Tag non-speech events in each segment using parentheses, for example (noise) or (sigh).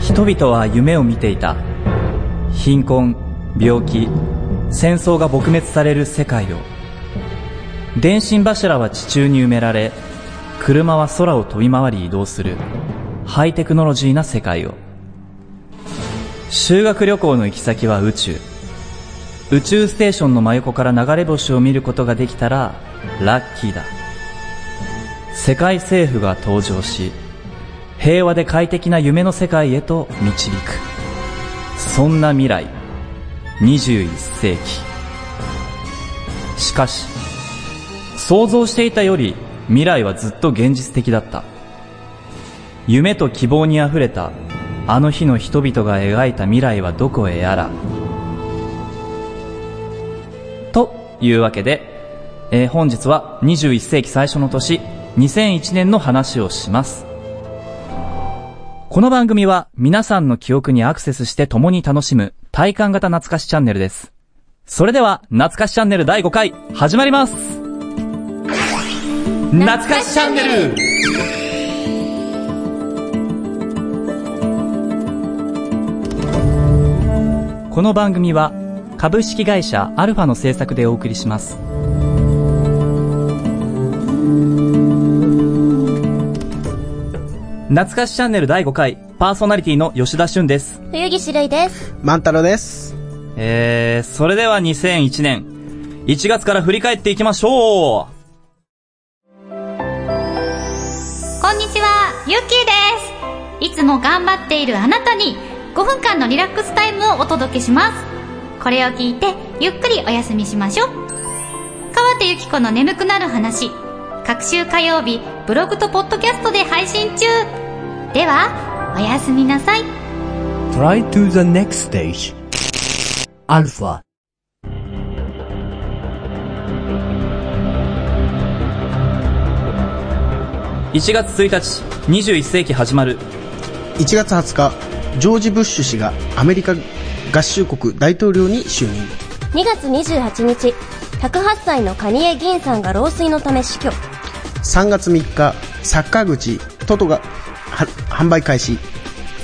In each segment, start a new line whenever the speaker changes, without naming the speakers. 人々は夢を見ていた貧困病気戦争が撲滅される世界を電信柱は地中に埋められ車は空を飛び回り移動するハイテクノロジーな世界を修学旅行の行き先は宇宙宇宙ステーションの真横から流れ星を見ることができたらラッキーだ世界政府が登場し平和で快適な夢の世界へと導くそんな未来21世紀しかし想像していたより未来はずっと現実的だった夢と希望にあふれたあの日の人々が描いた未来はどこへやらというわけで、えー本日は21世紀最初の年2001年の話をしますこの番組は皆さんの記憶にアクセスして共に楽しむ体感型懐かしチャンネルですそれでは懐かしチャンネル第5回始まります懐かしチャンネルこの番組は株式会社アルファの制作でお送りします懐かしチャンネル第5回パーソナリティの吉田俊です
冬岸るいです。
万太郎です。
えー、それでは2001年1月から振り返っていきましょう
こんにちは、ゆっきーです。いつも頑張っているあなたに5分間のリラックスタイムをお届けします。これを聞いてゆっくりお休みしましょう。川手ゆき子の眠くなる話、各週火曜日ブログとポッドキャストで配信中。では、おやすみなさい。
Try to the next stage. Alpha.
1月1日21世紀始まる
1月20日、ジョージ・ブッシュ氏がアメリカ合衆国大統領に就任。
2月28日108歳のカニエ・ギンさんが老衰のため死去
3月3日、サッカー口、トトがは販売開始。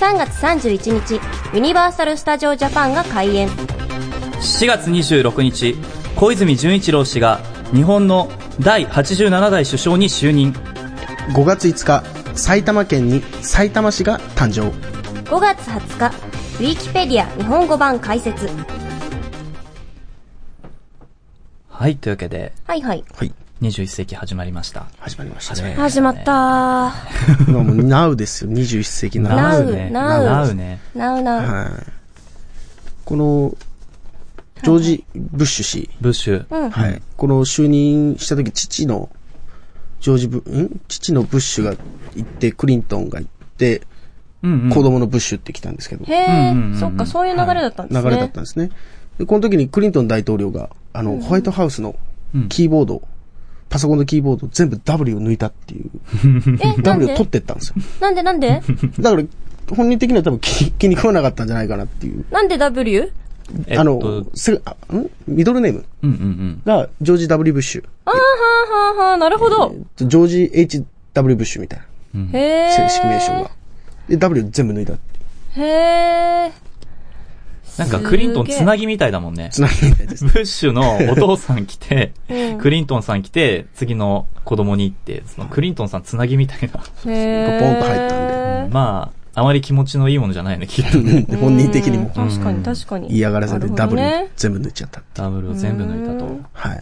3月31日ユニバーサル・スタジオ・ジャパンが開園
4月26日小泉純一郎氏が日本の第87代首相に就任
5月5日、埼玉県に埼玉市が誕生。
5月20日ウィキペディア日本語版解説
はいというわけで
はいはい
はい。
21世紀始まりました
始まりましたね。
始まった
今もう NOW ですよ。21世紀 NOW。
な
な
う
う
ね
なう
なうね
ーなうなう
はい。この、ジョージ・ブッシュ氏。
ブッシュ、
はい。この就任した時、父の、ジョージブ、ん父のブッシュが行って、クリントンが行って、
うんうん
子供のブッシュって来たんですけど、流
へえ、そっかそういう流れだったんですね、
れだったんですね。で、この時にクリントン大統領が、あの、ホワイトハウスのキーボード、パソコンのキーボード全部 W を抜いたっていう、
えなん
W を取
で
ってったんですよ。
なんでなんで
だから、本人的には多分気に気に食わなかったんじゃないかなっていう。
なんで W?
えっと
あの、せあんミドルネーム
うんうんうん
がジョージ W ブッシュ、
あーはーはーはーなるほど、
ジョージ H W ブッシュみたいな。
へえ
正式名称が。で、W 全部抜いた。
へえ
なんかクリントンつなぎみたいだもんね
つなぎみたい
(laughs)
です。
ブッシュのお父さん来て、クリントンさん来て、次の子供に行って、そのクリントンさんつなぎみたいな。
へえ
ポンと入ったんで
まあ、あまり気持ちのいいものじゃないね、きっと。
で本人的にも
確かに確かに
嫌がらせで
なるほど
W
(laughs)
ね
全部抜いちゃった。
ダブルを全部抜い
はい。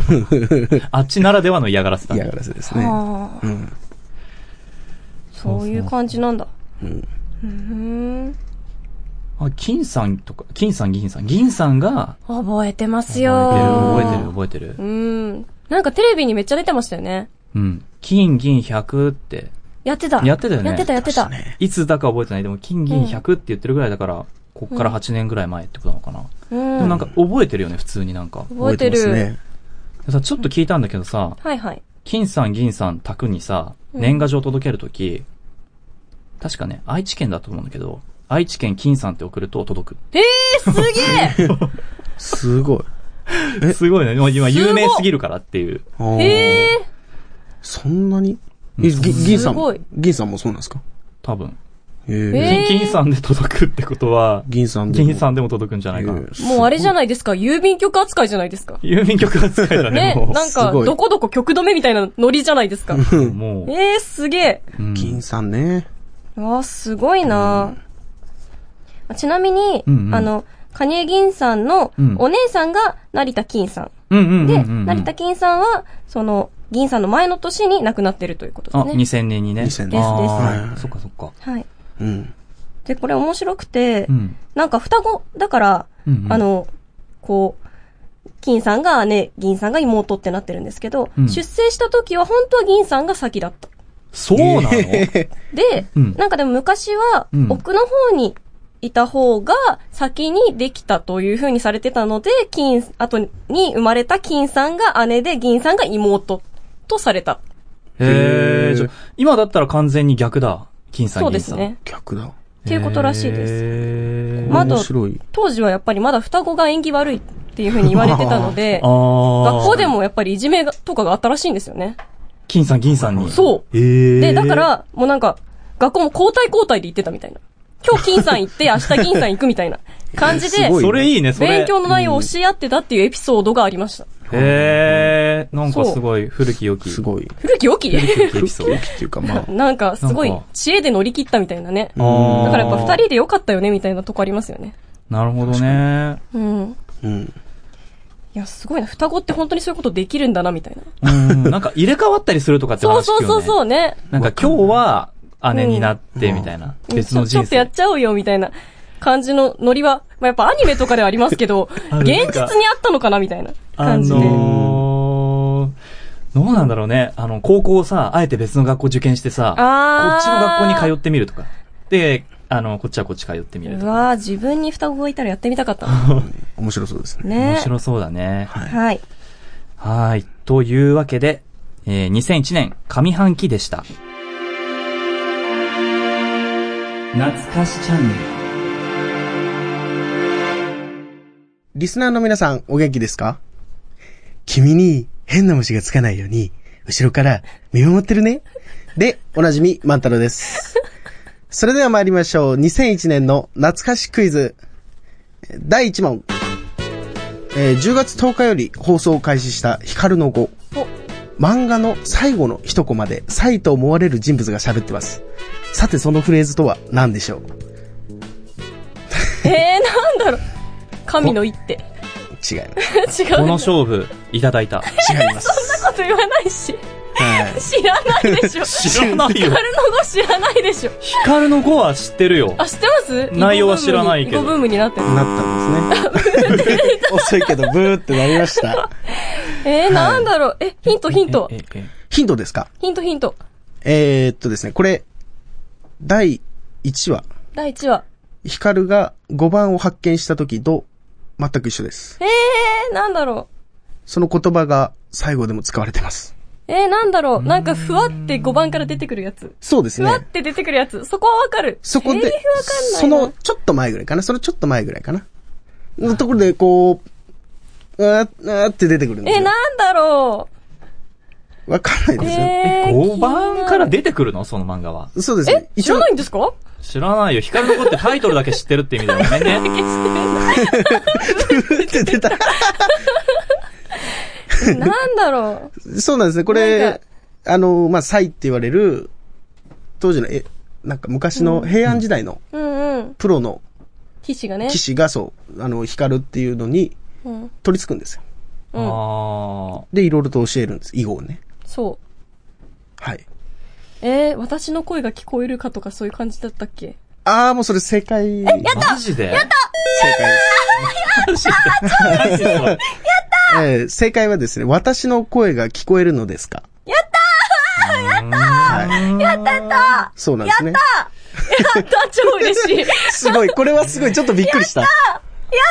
たと。あっちならではの嫌がらせだね。
嫌がらせですね。
ああ、そういう感じなんだ。
あ、金さんとか、金さん、銀さん。銀さんが、
覚えてますよ
覚えてる、覚えてる、覚えてる。
うん。なんかテレビにめっちゃ出てましたよね。
うん。金、銀、100って、
やってた。
やってたよね
やってた、やってた。
いつだか覚えてない。でも、金、銀、100って言ってるぐらいだから、こっから8年ぐらい前ってことなのかな。
う
でも
ん。
なんか、覚えてるよね、普通になんか。
覚えて
ます
る。
ね。
でさ、ちょっと聞いたんだけどさ、
はいはい。
金さん銀さん宅にさ、年賀状届けるとき、確かね、愛知県だと思うんだけど、愛知県金さんって送ると届く。
ええ
(laughs)
すげえ
すごい。
すごいね。もう今有名すぎるからっていう。
あー
ええ
そんなにえぎ銀さん
すごい、
銀さんもそうなんですか
多分。
ええ
えー
金さんで届くってことは、
銀さんでも。
銀さんでも届くんじゃないか。
ええす
もうあれじゃないですか、郵便局扱いじゃな
(laughs)
いですか。
郵便局扱いだね、
ね
も、
なん
す
か、
ごい
どこどこ局止めみたいなノリじゃないですか。
う。もう、
えー、すげえ。
うん
銀さんね。
あー、すごいなあちなみに、
うんうん
あの、カニエ銀さんの
うん
お姉さんが成田金さん。
うんうんうん
で、
うんうん
成田金さんは、その、銀さんの前の年に亡くなってるということ
あ、
ですね。
2000年にね。
2000年
です
あー
です
そっかそっか。
はい。
うん。
で、これ面白くて、
うん。
なんか双子だから、
うんうん
あ、の、こう、金さんが姉、銀さんが妹ってなってるんですけど、
うん
出生した時は本当は銀さんが先だった。
そうなの
で、
うん
なんかでも昔は
うん、
奥の方にいた方が先にできたという風にされてたので、金、後に生まれた金さんが姉で銀さんが妹とされた。
へ
へ
え
ー
じゃあ今だったら完全に逆だ。金さん、
そうで
銀
す
さん。
ね。
逆だ。
っていうことらしいです
へー、
まあ
面白い。
当時はやっぱりまだ双子が縁起悪いっていう風に言われてたので
(laughs) あ
学校で
も。
もやっぱりいじめがとかがあったらしいんですよね。
金さん、銀さんに。。
そう
へえ
で、だか、ら、もうなんか、学校も交代交代で行ってたみたいな。今日金さん行って、明日銀さん行くみたいな感じで、
すご
それいいね、それ。
勉強の内容を教え合ってたっていうエピソードがありました。
へえなんかすごい、古き良き。
すごい。
古き良き
古き良きエピソード
空気っていうか、まあ。
なんか、すごい
なんか、
知恵で乗り切ったみたいなね。
あー
だからやっぱ二人で良かったよね、みたいなとこありますよね。
なるほどね。
うん。
うん。
いや、すごいな。双子って本当にそういうことできるんだな、みたいな。
うん。なんか入れ替わったりするとかって
そう
話聞
そ
く
うそ
よ
う
ね。
そうね。
なんか今日は姉になってみたいな。別の
ちょ
人
っとや
生
っ。ちゃおうよ、みたいな感じのノリは、まあ、やっぱアニメとかではありますけど
(laughs) あ、る
現実にあったのかな、みたいな
あ
感じで。
のー、どうなんだろうね。あの、高校をさ、あえて別の学校受験してさ、こ
あー
っちの学校に通ってみるとか。で、あの、こっちはこっち通ってみる
う
とか。
わー自分に双子がいたらやってみたかったな
面白そうですね。
ね。
面白そうだね。
はい。
はい。というわけで、えー2001年上半期でした。懐かしチャンネル。
リスナーの皆さん、お元気ですか君に変な虫がつかないように、後ろから見守ってるね。で、おなじみ、万太郎です。それでは参りましょう。2001年の懐かしクイズ。第1問。えー10月10日より放送を開始した光の語。漫画の最後の一コマで、サイと思われる人物が喋ってます。さて、そのフレーズとは何でしょう
えー、なんだろう。神の一手。 (laughs) 違
違います。
う。
この
そん
勝負、いただいた。
違います。
なこと言わないし。
はい。
知らないでし
(laughs)
ょ。
知らないよ
カ。ルノ語知らないでしょ。
ヒカルの語は知ってるよ。
あ、知ってます
(laughs) 内容は知らないけど
囲碁ブームになってる。
なったんですね。 (laughs) 遅いけど、ブーってなりました。
えー、なんだろう。え、ヒントヒント
え。ええ
ヒントですか
ヒントヒント。
えー、っとですね、これ、第1話、
第1話。
ヒカルが5番を発見した時と全く一緒です。
えー、なんだろ
その言葉が最後でも使われてます。
う。えー、なんだろう。なんか、ふわって5番から出てくるやつ。
そうです
ふわ
ね
っ。て出てくるやつ。そこはわかる。
そこ
セリ
で
フわかんないな。
そのちょっと前ぐらいかな、そのちょっと前ぐらいかな。のところで、こう、うわー、うわーって出てくるんです
え、
よ。
なんだろ。
わかんないうですよ。
えー、
5番から
気になる
出てくるのその漫画は。
そうです
え
ね。、
知らないんで
(laughs)
すか
知らないよ。ヒカルの語ってタイトルだけ知ってるって意味だよ。
(laughs)
ごめんね。
(laughs) ブーって出た。
なんだろ
そうなんですね。こ
なん
れ
か、
あの、まあ、サイって言われる、当時の、え、なんか昔の平安時代の
う。うんうん。
プロの
騎士がね。
騎士がそう、あの、光るっていうのに
うん。
取り付くんですよ。
あー
で、いろいろと教えるんです。囲碁をね。
そう。
はい。
えー、私の声が聞こえるかとかそういう感じだったっけ
あー、もうそれ正解。やっ
マジでやっ
正解です。
たマジで
えー正解はですね、私の声が聞こえるのですかそうなんですね。
あった超嬉 (laughs) しいイ
(laughs) すごい、これはすごい、ちょっとびっくりした。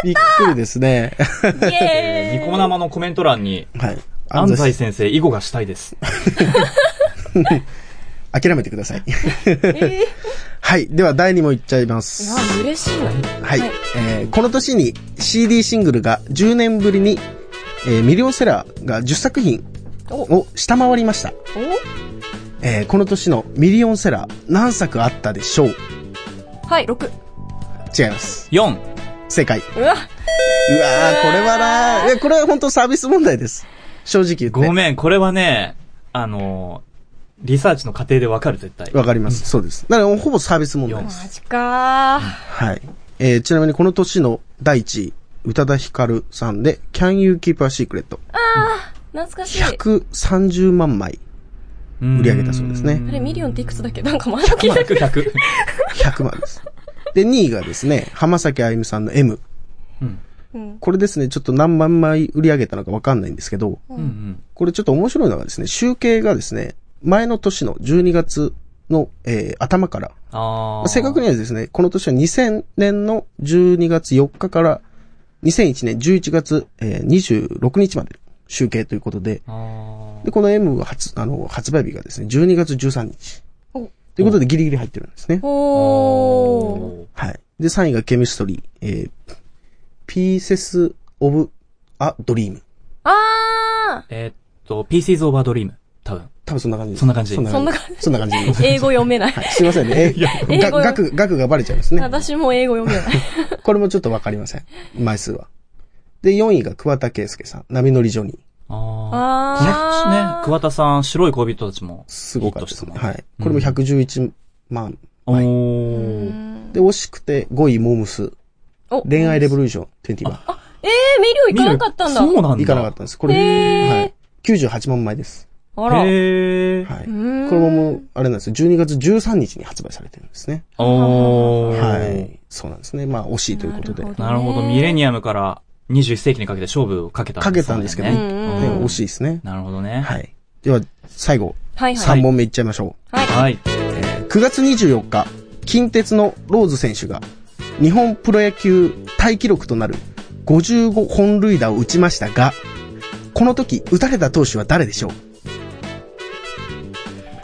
びっくりですね。 (laughs)
エ
ニコ生のコメント欄に、
はい。
安西先生、囲碁がしたいです。
諦めてください。
ーイえ
(laughs) はい。では、第2問いっちゃいま
ー、
す。
わあ、嬉しいな。
はい、
はい
えーこの年に CD シングルが10年ぶりに、えーミリオンセラーが10作品を下回りました、
お
えーこの年のミリオンセラー何作あったでしょう
はい、6。
違います。
4。
正解。うわ
う
ー、
わ、
これはなーいやこれは本当サービス問題です。正直言って。
ごめん、これはね、あのー、リサーチの過程でわかる、絶対。
わかります。そうです。なので、ほぼサービス問題です。
マジかー。
はい。えー、ちなみにこの年の第1位、宇多田ヒカルさんで、Can You Keep a Secret?
懐かしい。あ
130万枚。
うん
売り上げたそうですね
れ、ミリオンっていくつだっけなんかまだ (laughs) 聞いた
100、100。
100万です。で、2位がですね、浜崎あゆみさんの M。
うん。
うん。
これですね、ちょっと何万枚売り上げたのかわかんないんですけど、
うんうん。
これちょっと面白いのがですね、集計がですね、前の年の12月の、えー頭から、
あー。
正確にはですね、この年は2000年の12月4日から、2001年11月、えー26日まで集計ということで、
あー。
で、この M が発、あの、発売日がですね、12月13日。
お
ということでギリギリ入ってるんですね。
おー。
はい。で、3位がケミストリー、えー、ピーセス・オブ・ア・ドリーム。
あ
えーっと、Pieces of a Dream。多分。
多分そんな感じ
そんな感じ
そんな
ー。そん
感
な
じ。
感
そんな感じ。
じ。英語読めない。
はい、すいませんね。え、
英
が、
語よ
額、額がバレちゃいますね。
私も英語読めない。
これもちょっとわかりません。枚数は。で、4位が桑田佳祐さん、波乗りジョニー。
あー。このね、
あー。
桑田さん、白い恋人たちも。
すごかったですね。
ヒットした
は
もん
い。これも111万。
お
はい
ー。
で、惜しくて5位モームス。
お
恋愛レボリューション21。
えー、ミリオン行かなかったんだ。
そうなんだ。
いかなかったんです。これ、
へー
はい。98万枚です。
あら。
へー。
はい。こ
ーん
れももう、あれなんですよ。12月13日に発売されてるんですね。
おー。
はい。そうなんですね。まあ、惜しいということで。ね、
なるほど。ミレニアムから21世紀にかけて勝負をかけた
かけたんですけど
ね
ね
うん
うん
惜しいですね。
なるほどね。
はい。では、最後、
はいはい。
3問目いっちゃいましょ
はい。
はい。
う。9月24日、近鉄のローズ選手が、日本プロ野球タイ記録となる55本塁打を打ちましたが、この時、打たれた投手は誰でしょう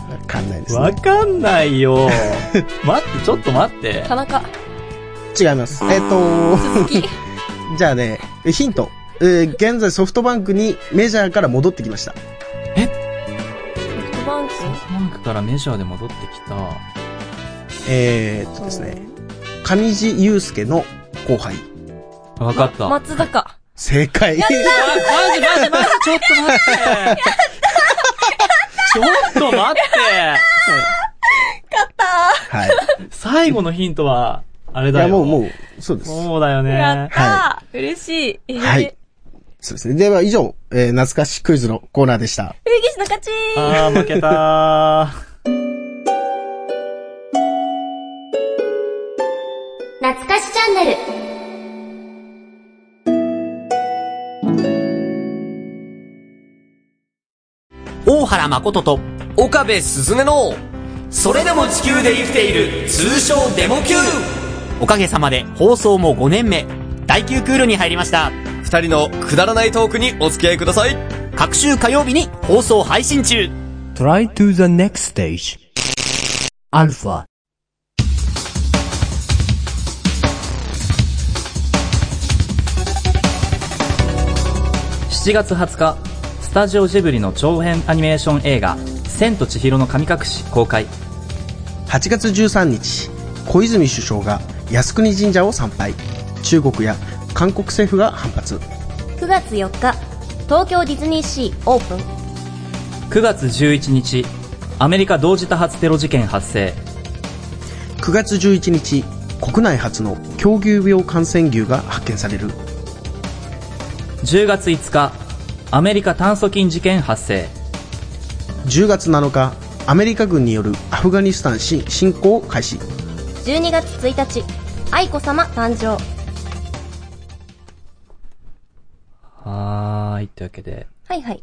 わかんないです
わ
ね。
かんない
(laughs)
よ。待って、ちょっと待って。
田中。
違います。えっ、と
鈴木。
じゃあね、ヒント。えー現在ソフトバンクにメジャーから戻ってきました。
ソフトバンク。
マンクからメジャーで戻ってきた。
えー、っとですね、上地雄介の後輩。
わかった。
松坂。
正解。
あマジマジマジ、ちょっと待って。ちょっと待
はい。
って。最後のヒントは、あれ
い
だ
や、
よ。
もう、も
う。
う、そうです。
そうだよ
やっ
ね。
たー。嬉しい。えー
はい。そうですね。では、以上、えー懐かしクイズのコーナーでした。
冬岸の勝ち
あー、負けたー。
懐かしチャンネル。
大原誠と岡部すずめのそれでも地球で生きている通称デモ級おかげさまで放送も5年目第9クールに入りました
二人のくだらないトークにお付き合いください
各週火曜日に放送配信中
Try to the next stage. Alpha.
7月20日スタジオジブリの長編アニメーション映画「千と千尋の神隠し」公開
8月13日、小泉首相が靖国神社を参拝。中国や韓国政府が反発。
9月4日、東京ディズニーシーオープン。
9月11日アメリカ同時多発テロ事件発生
9月11日、国内初の狂牛病感染牛が発見される。
10月5日アメリカ炭疽菌事件発生
10月7日、アメリカ軍によるアフガニスタン侵侵攻を開始。
12月1日、愛子様誕生。
はーいというわけで
はいはい。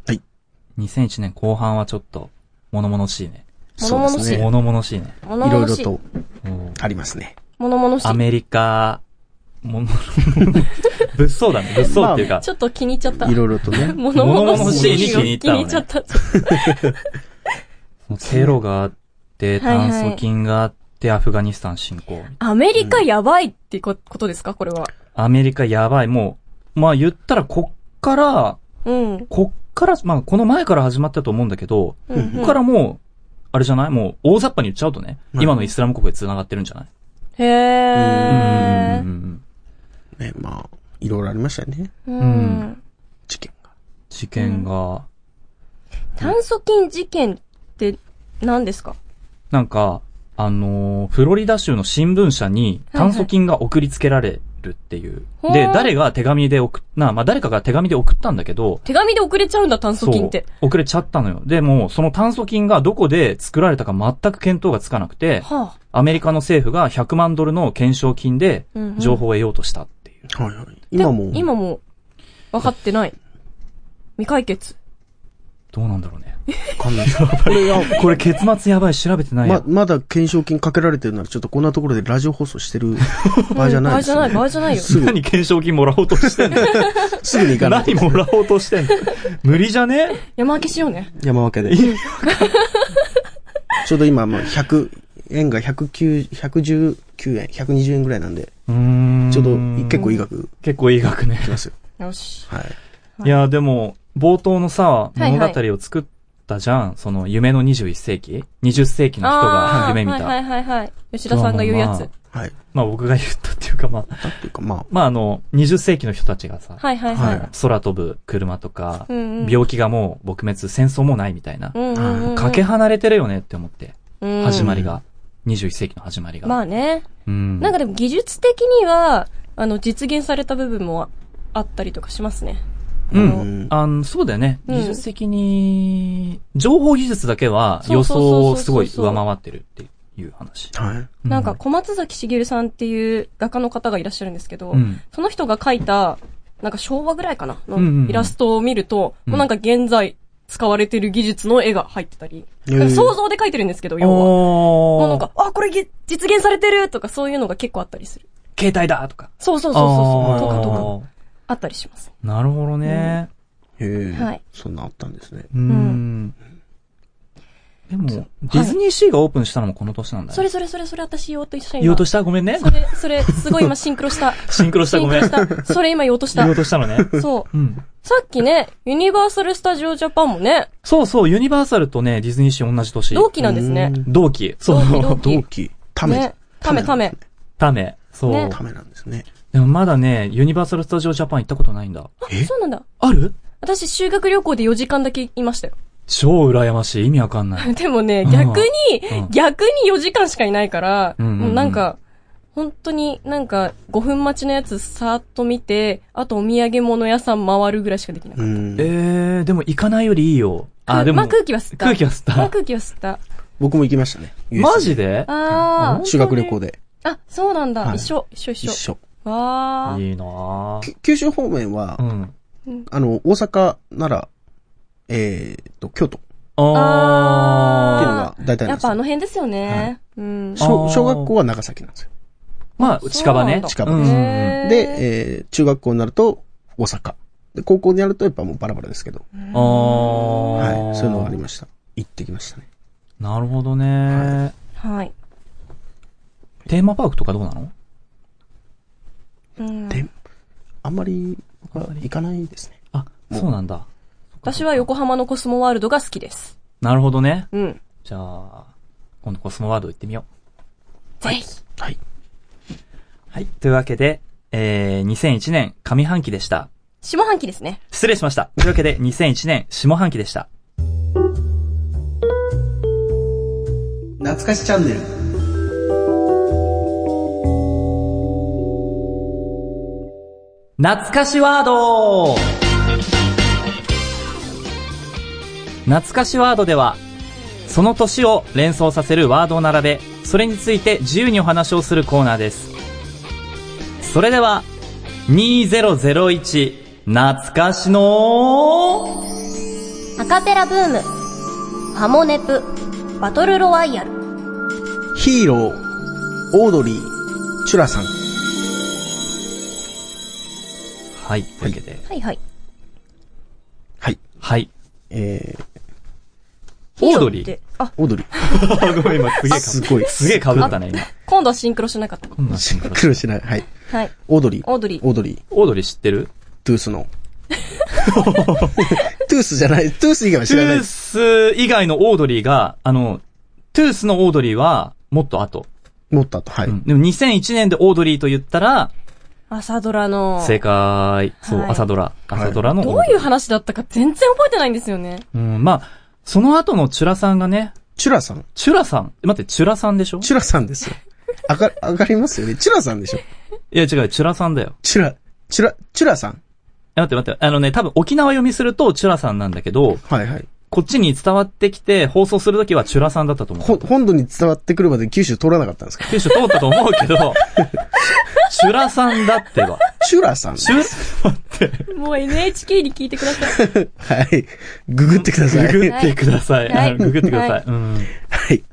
2001年後半はちょっと物々しいね
物々しい。
物々しいね
物
いろい
々
ろ
しい。
と
うん
ありますね。
物々し
ア
い。
メリカ物々 (laughs) 物騒だね物騒っていうか、
ちょっと気に入っちゃった
い。ろいろとね。 (laughs)
物々しい。
物々しいに気
気に
に入
入
っ
っ
ち
ち
ゃ
ゃ
っ
った。
テロがあって
はいはい
炭疽菌があってアフガニスタン侵攻
アメリカやばいってこことですかこれは。
アメリカやばい、もう、まあ言ったらこっから、
うん。
こっから、まあこの前から始まったと思うんだけど、
うん
ここからもう、あれじゃないもう大雑把に言っちゃうとね、今のイスラム国へ繋がってるんじゃない
へえ。
うん
ね、まあ、いろいろありましたね。
うん。
事件が。
事件が、
炭疽菌事件って何ですか
なんか、あのーフロリダ州の新聞社に
はいはい
炭疽菌が送りつけられるっていう。
ほう
で、誰が手紙で送っ、な、まあ、誰かが手紙で送ったんだけど、
手紙で遅れちゃうんだ、炭疽菌って。
そう遅れちゃったのよ。でも、その炭疽菌がどこで作られたか全く見当がつかなくて、
はあ。
アメリカの政府が100万ドルの懸賞金で
うんうん
情報を得ようとしたっていう。
はいはい。今も、
今も、分かってない。未解決。
どうなんだろうね。(laughs)
わかんない。これが、
これ結末やばい、調べてない
ま
や、。
まだ懸賞金かけられてるなら、ちょっとこんなところでラジオ放送
(laughs)
してる場合じゃない
場合
で
じ
す
ゃ
よ
ない、場合じ
(laughs)
ゃないよ。
す
(laughs)
ぐ、
何懸賞金もらおうとしてんの
すぐに行かない
何もらおうとしてんの無理じゃね
山分けしようね。
山分け
(laughs)
で。ちょうど今、まあ、100、円が109、119円、120円ぐらいなんで、
うーん
ちょうど結構いい額
結構いい額ね
き。ますよ。
よし。
はい。
いや、でも、冒頭のさ、
いはい
物語を作ったじゃん。その、夢の21世紀 ?20 世紀の人
あ
が
あ
(laughs)
ー、
夢見
は
た。
いはいはいはい。吉田さんが言うや
まあ
つ。
はい。
まあ僕が言ったっていうか、まあ、
だっていうか、まあ、
まああの、20世紀の人たちがさ、
はいはいは
はい
い。
空飛ぶ車とか、
うんうん
病気がもう撲滅、戦争もないみたいな
う。んうんうんうん。
かけ離れてるよねって思って、
うん
始まりが。21世紀の始まりが。
まあね。
うん。
なんかでも技術的には、あの、実現された部分もあったりとかしますね。
う
うんん。
あの、そうだよね。
うん
技術的に、情報技術だけは予想をすごい上回ってるっていう話。
はい。
う
なんか、小松崎茂さんっていう画家の方がいらっしゃるんですけど、
うん
その人が描いた、なんか昭和ぐらいかな
うんうんう
の
ん
イラストを見ると、
うん
もうなんか現在使われてる技術の絵が入ってたり、
へー
なんか想像で描いてるんですけど、要は。もう
お
なん
ー
か、あ、これぎ実現されてるとかそういうのが結構あったりする。
携帯だとか。
そうそうそうそうそう、とかとか、
とか。
あったりします。
なるほどね。
へえ。
はい
そんなあったんですね。
うん。でも、ディズニーシーがオープンしたのもこの年なんだ
そ
よ。
れそれそれそれ私言おうと一緒に。
言おうとしたごめんね
そ。れ、それ、すごい今シンクロした。
シンクロした
シ
ご
ンク
めん。
ロし
言
た。それ今言おうとした
おう。としたの
(laughs)
ね。
そう。
うん。
さっきね、ユニバーサル・スタジオ・ジャパンもね、
そうそう、ユニバーサルとね、ディズニーシー同じ年。
同期なんですね。
同期。そ
同
う。
期同
同
期。
期、ため
ね。。ためため。。
ため。そう。
ね
ためなんですね。
でもまだね、ユニバーサル・スタジオ・ジャパン行ったことないんだ。
え
そうなんだ。
ある
私、修学旅行で4時間だけいましたよ。 (laughs)
超羨ましい。意味わかんない。
でもね、
うん
逆に、
うん
逆に4時間しかいないから、
うんうんうん
もうなんか、本当になんか、5分待ちのやつさーっと見て、あとお土産物屋さん回るぐらいしかできな
う
い。
ん
え。ー、でも行かないよりいいよ。あ、
く
でも。
まあ空気は吸った。
空気は吸った
まあ空気は吸った。
僕も行きましたね。
マジで
あー。
修学旅行で。
あ、そうなんだ。
はい
一緒、一緒、一緒。
一緒。
わー。
いいなぁ
き九州方面は
う、ん。
あの、大阪、奈良、えーっと、京都っていうの
あ
が大体な
や
ん
っ
です
ぱあ
よ
の辺ですよね。うん。
あー
小小学校は長崎なんですよ。
まあ、近場ね。
近場です。
で
へー
で、えー中学校になると大阪。で、高校になるとやっぱもうバラバラですけど。
す。あー
はい。そういうのがありました。行ってきましたね。
なるほどね。
はい。
テーマパークとかどうなの
うん
で、あんまり僕は行かないですね。
あ、そうなんだ。
私は横浜のコスモワールドが好きです。
なるほどね。
うん。
じゃあ、今度コスモワールド行ってみよう。
ぜひ。
はい。
はい。というわけで、えー、2001年上半期でした。
下半期ですね。
失礼しました。というわけで、2001年下半期でした。
懐かしチャンネル。
懐かしワード懐かしワードでは、その年を連想させるワードを並べ、それについて自由にお話をするコーナーです。それでは、2001懐かしの
アカペラブームハモネプバトルロワイヤル
ヒーロー、オードリー、チュラさん。
はい、というわけで。
はいはい。
はい。
はい。
えー、
オードリ
ヒロって
ー。。
あ、
オードリ
(laughs)
ー。
ごめん、今すげえ
すごい。
すげえ被ったね、今。
今度はシンクロしなかった。
こんなんシンクロ
苦労しない。はい。
はい。
オードリー。
オードリー
オードリー。
オードリー知ってる
トゥースの。 (laughs) トゥースじゃない。トゥース以外は
ト
知ら
ゥ
ない
ー
です。
ス以外のオードリーが、あの、トゥースのオードリーは、もっと後。
持ったと。はい。
うんでも2001年でオードリーと言ったら、
朝ドラの。
正解。そう、
はい
朝ドラ。朝ドラのオード
ど
リー
ういう話だったか全然覚えてないんですよね。
うん、まあ、その後のチュラさんがね、
チュラさん。
チュラさん、待って、チュラさんでしょ
チュラさんですよ。あか、上がりますよね。チュラさんでしょ。
いや違う、チュラさんだよ。
チュラ、チュラ、チュラさん。
え待って待って、あのね、多分沖縄読みするとチュラさんなんだけど、
はいはい。
こっちに伝わってきて放送するときはチュラさんだったと思
ほ、
う。
本土に伝わってくるまで九州通らなかったんで
(laughs)
すか
九州通ったと思うけど、チュラさんだってば。
チュラさん。
チュラ、待って、
もう NHK に聞いてくだ
(laughs)
さい。
(laughs) はい。ググってください。
ググってください。
はい
あのググってください。
はい
うん。
はい。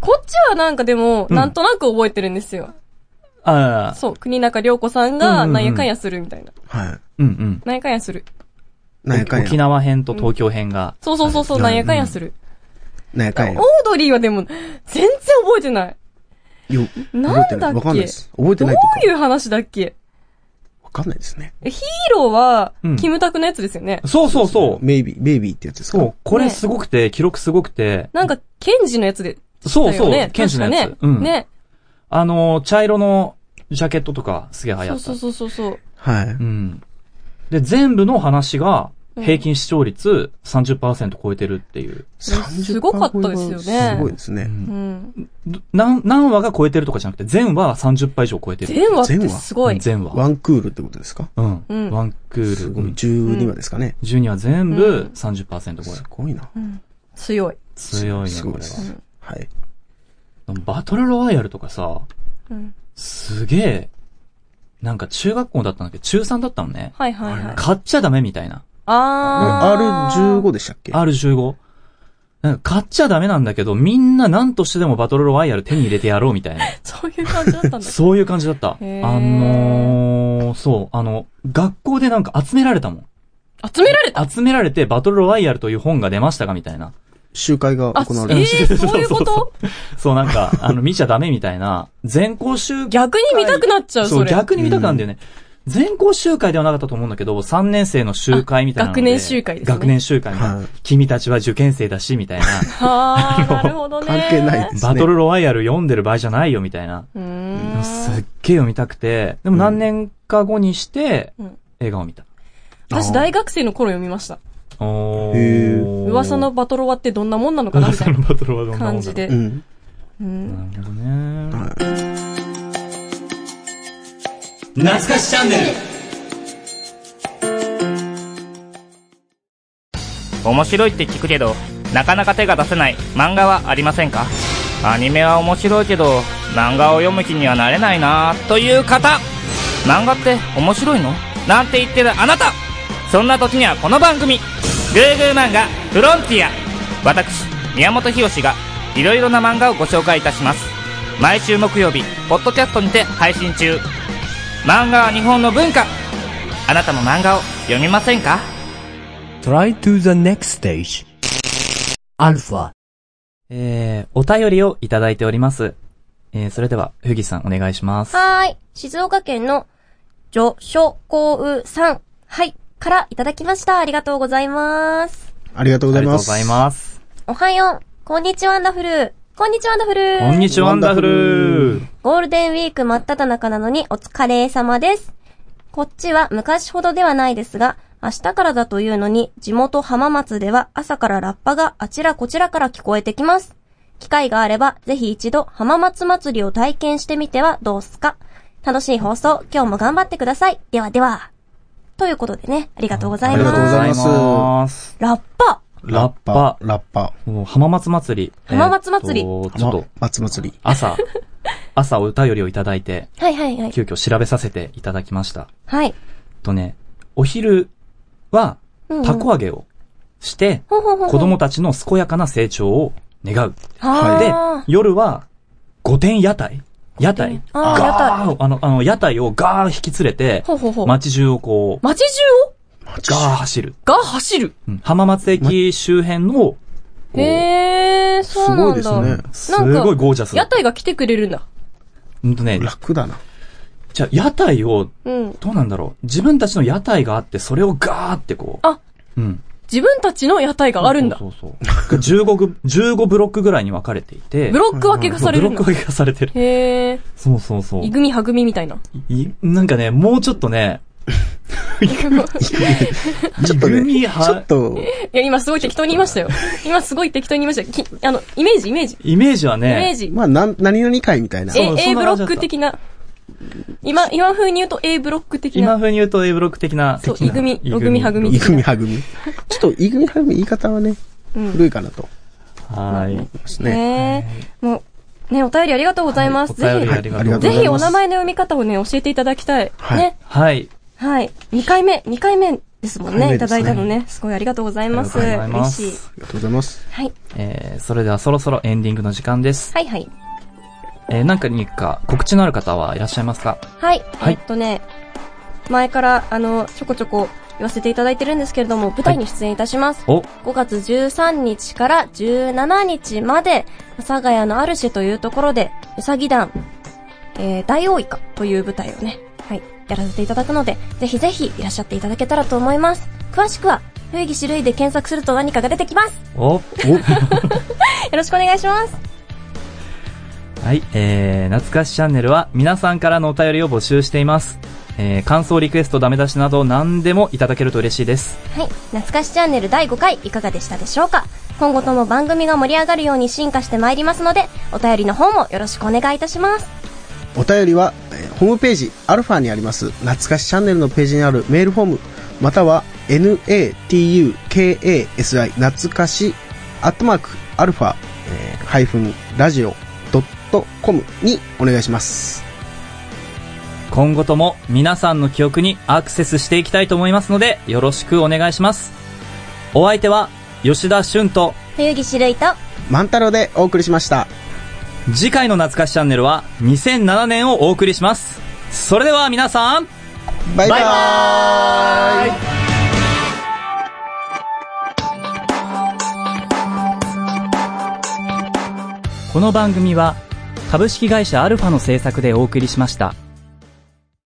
こっちはなんかでも、
ん
なんとなく覚えてるんですよ。
ああ、
そう、国中涼子さん
うんうん
が、
うん
なんやかんやするみたいな。
はい。
うん
なんやかんやする。
なんやかん
うん。沖
や。
縄編と東京編が。
そうそうそう、そうなんやかんやする。
なんやかんや。
オードリーはでも、全然覚えてない。
よ、覚
な
えて
ん
な
だ
い。
っ
わかんない
け
です。覚えて
ど
な
う
いと
い
か。
う話だっけ
わかんないですね。
ヒーローは
うん、
キムタクのやつですよね。
そうそうそう。
メイビー、ベイビーってやつですか
そう、これすごくて、記録すごくて、
なんか、ケンジのやつで。
そうそう
だよね
ケンジのやつ
確かね
うん
ね。
あの、茶色のジャケットとかすげえ流行った。
そうそうそうそうそう。
はい。
うん。で、全部の話が平均視聴率30%超えてるっていう。
す
ごかったですよ
す
ね
ごいです
う
ね。
ん
うん。
ど何何話が超えてるとかじゃなくて、全話30杯以上超えてる。
全話ってすごい。
全話。
ワンクールってことですか
うん。
うん
ワンク
す
ー
ご
ル
い。。12話ですかね。
12話全
うん
部30%超え
す。ごいな。
強い。
強いね、
す
こ
ごい
れ
です。はい。
は。バトルロワイヤルとかさ、
うん
すげえ、なんか中学校だったんだけど、中3だったのね。
はいはいはい。
買っちゃダメみたいな。
あー。
R15 でしたっけ
R15。なんか買っちゃダメなんだけど、みんな何としてでもバトルロワイヤル手に入れてやろうみたい
(laughs)
な。
そういう感じだったんだ。 (laughs)
そういう感じだった。あ
へー
のー、そう、あの、学校でなんか集められたもん。
集められた
集められてバトルロワイヤルという本が出ましたかみたいな。
集会が
あ、
行わ
え
れる。
ー、そういうこ
そうそ
と
そうなん
(laughs)
か、あの、見ちゃダメみたいな。全校集会。
逆に見たくなっちゃう、
そ、
そうれ。
逆に見たくなんだよね。全校集会ではなかったと思うんだけど、3年生の集会みたいなので。
あ学年集会ですね
学年集会みたいな
はい
君たちは受験生だし、みたいな。
はー、なるほどね。
関係ない。ですね。
バトルロワイヤル読んでる場合じゃないよ、みたいな。
うー
でも
ん。
すっげえ読みたくて、でも何年か後にして
うん、
映画を見た。
私、大学生の頃読みました。
お
へー
ー。
噂のバトロワってどんなもんなのかなみた
噂
い
の
な
バトルはどんなもんだろう
感じ。で
う。ん。
うん
なるほどね。
はい。
懐かしチャンネル
面白いって聞くけどなかなか手が出せない漫画はありませんかアニメは面白いけど漫画を読む気にはなれないなという方漫画って面白いのなんて言ってるあなたそんな時にはこの番組「グーグー漫画フロンティア」私宮本浩がいろいろな漫画をご紹介いたします毎週木曜日ポッドキャストにて配信中漫画は日本の文化あなたも漫画を読みませんか
Try to the next stage. Alpha.
えー、お便りをいただいております。えー、それでは、ふぎさんお願いします。
はーい。静岡県の、ジョショコウさん。はい。からいただきました。ありがとうございます。
ありがとう
あ
ござ
り
い
がとう
ま
ご
す。
ざいます。
おはよう。こんにちは、ワンダフル。こんにちは、ワンダフル。
こんにちは、ワンダフル
ゴールデンウィーク真っ只中なのにお疲れ様です。こっちは昔ほどではないですが、明日からだというのに、地元浜松では朝からラッパがあちらこちらから聞こえてきます。機会があれば、ぜひ一度浜松祭りを体験してみてはどうすか。楽しい放送、今日も頑張ってください。ではでは。ということでね、ありがとうござい
あり
ま
がとうご
す。
ざいます
ありがとうございます。
ラッパ
ラッパ。
ラッパ。
もう浜松祭り。
浜松祭り
えーっとちょっと、
松祭り。
朝、朝お便りをいただいて、
はいはいはい。
急遽調べさせていただきました。
はい。
とね、お昼は、
うんうん
たこ揚げをして、
ほうほうほうほう
子供たちの健やかな成長を願う。で
は、
夜は、御殿屋台屋台
あー
ガーあの、あの、屋台をガー引き連れて
ほうほうほ、う
街中をこう、
街中を
ガー走る。
が走る。
うん浜松駅周辺の、こう
へー、そうなんだ。
すごいですね
すごいゴージャス
屋。台が来てくれるんだ。
うんとね、
楽だな。
じゃあ屋台を、
うん。
どうなんだろう。自分たちの屋台があって、それをガーってこう、
あ、
うん。
自分たちの屋台があるんだ。
そうそうそう。15ぐ、15ブロックぐらいに分かれていて。
ブロック分けがされる
ブロ
ん
ッ
だ
ク。分けがされてる。
へえ。
そうそうそう。
いぐみはぐみみたいな。
い、なんかね、もうちょっとね、 (laughs)
ちょっと
グミ
ね、ち
派
ょっと、
いや、今すごい適当に言いましたよ。今すごい適当に言いましたよき。あの、イメージ、イメージ。
イメージは
イメー
ね、
ジ。
まあ、なん、何々会みたいな。
そうそんな
A, A ブ
感
ロ
じだ
ッ
った
ク的な。今、今風に言うと A ブロック的
今
な。
風に言うと A ブロック的な。
そう
的な
イグミログミハグミ
いぐみはぐみ。ちょっと、いぐみはぐみ言い方はね、
うん
古いかなと思
はい。
いますね。
ねえ。もう、ね、お便りありがとうございます。
お便りあ
ぜ
りがとうござ
ひ、ぜ
います。
ひお名前の読み方をね、教えていただきたい。
はい
ね。
はい。
はい。2回目、2回目ですもん
二回
ね。
目
いた
です
だ
ね
いたのね。すごいありがとうございます。
ありがとうございま
嬉
す
しい。
ありがとうございます。
はい。
えー、それではそろそろエンディングの時間です。
はいはい。
えー、なんかにか告知のある方はいらっしゃいますか
はい。
はい
えっとね、前から、あの、ちょこちょこ言わせていただいてるんですけれども、舞台に出演いたします。
お、
5月13日から17日まで、阿佐ヶ谷のあるしというところで、うさぎ団、えー、大王イカという舞台をね、はい、やらせていただくので、ぜひぜひいらっしゃっていただけたらと思います。詳しくは、冬木種類で検索すると何かが出てきます。 (laughs)
お、
よろしくお願いします。
はい、えー、懐かしチャンネルは皆さんからのお便りを募集しています。えー、感想、リクエスト、ダメ出しなど何でもいただけると嬉しいです。
はい。懐かしチャンネル第5回いかがでしたでしょうか今後とも番組が盛り上がるように進化してまいりますので、お便りの方もよろしくお願いいたします。
お便りは、えーホームページ、アルファにあります、懐かしチャンネルのページにあるメールフォーム、または、natukasi、懐かし、アットマーク、アルファ、えーハイフン、ラジオ、ドットコムにお願いします。
今後とも皆さんの記憶にアクセスしていきたいと思いますので、よろしくお願いします。お相手は、吉田俊と、
冬木種類と、
万太郎でお送りしました。
次回の懐かしチャンネルは2007年をお送りします。それでは皆さん、
バイバーイ
この番組は株式会社アルファの制作でお送りしました。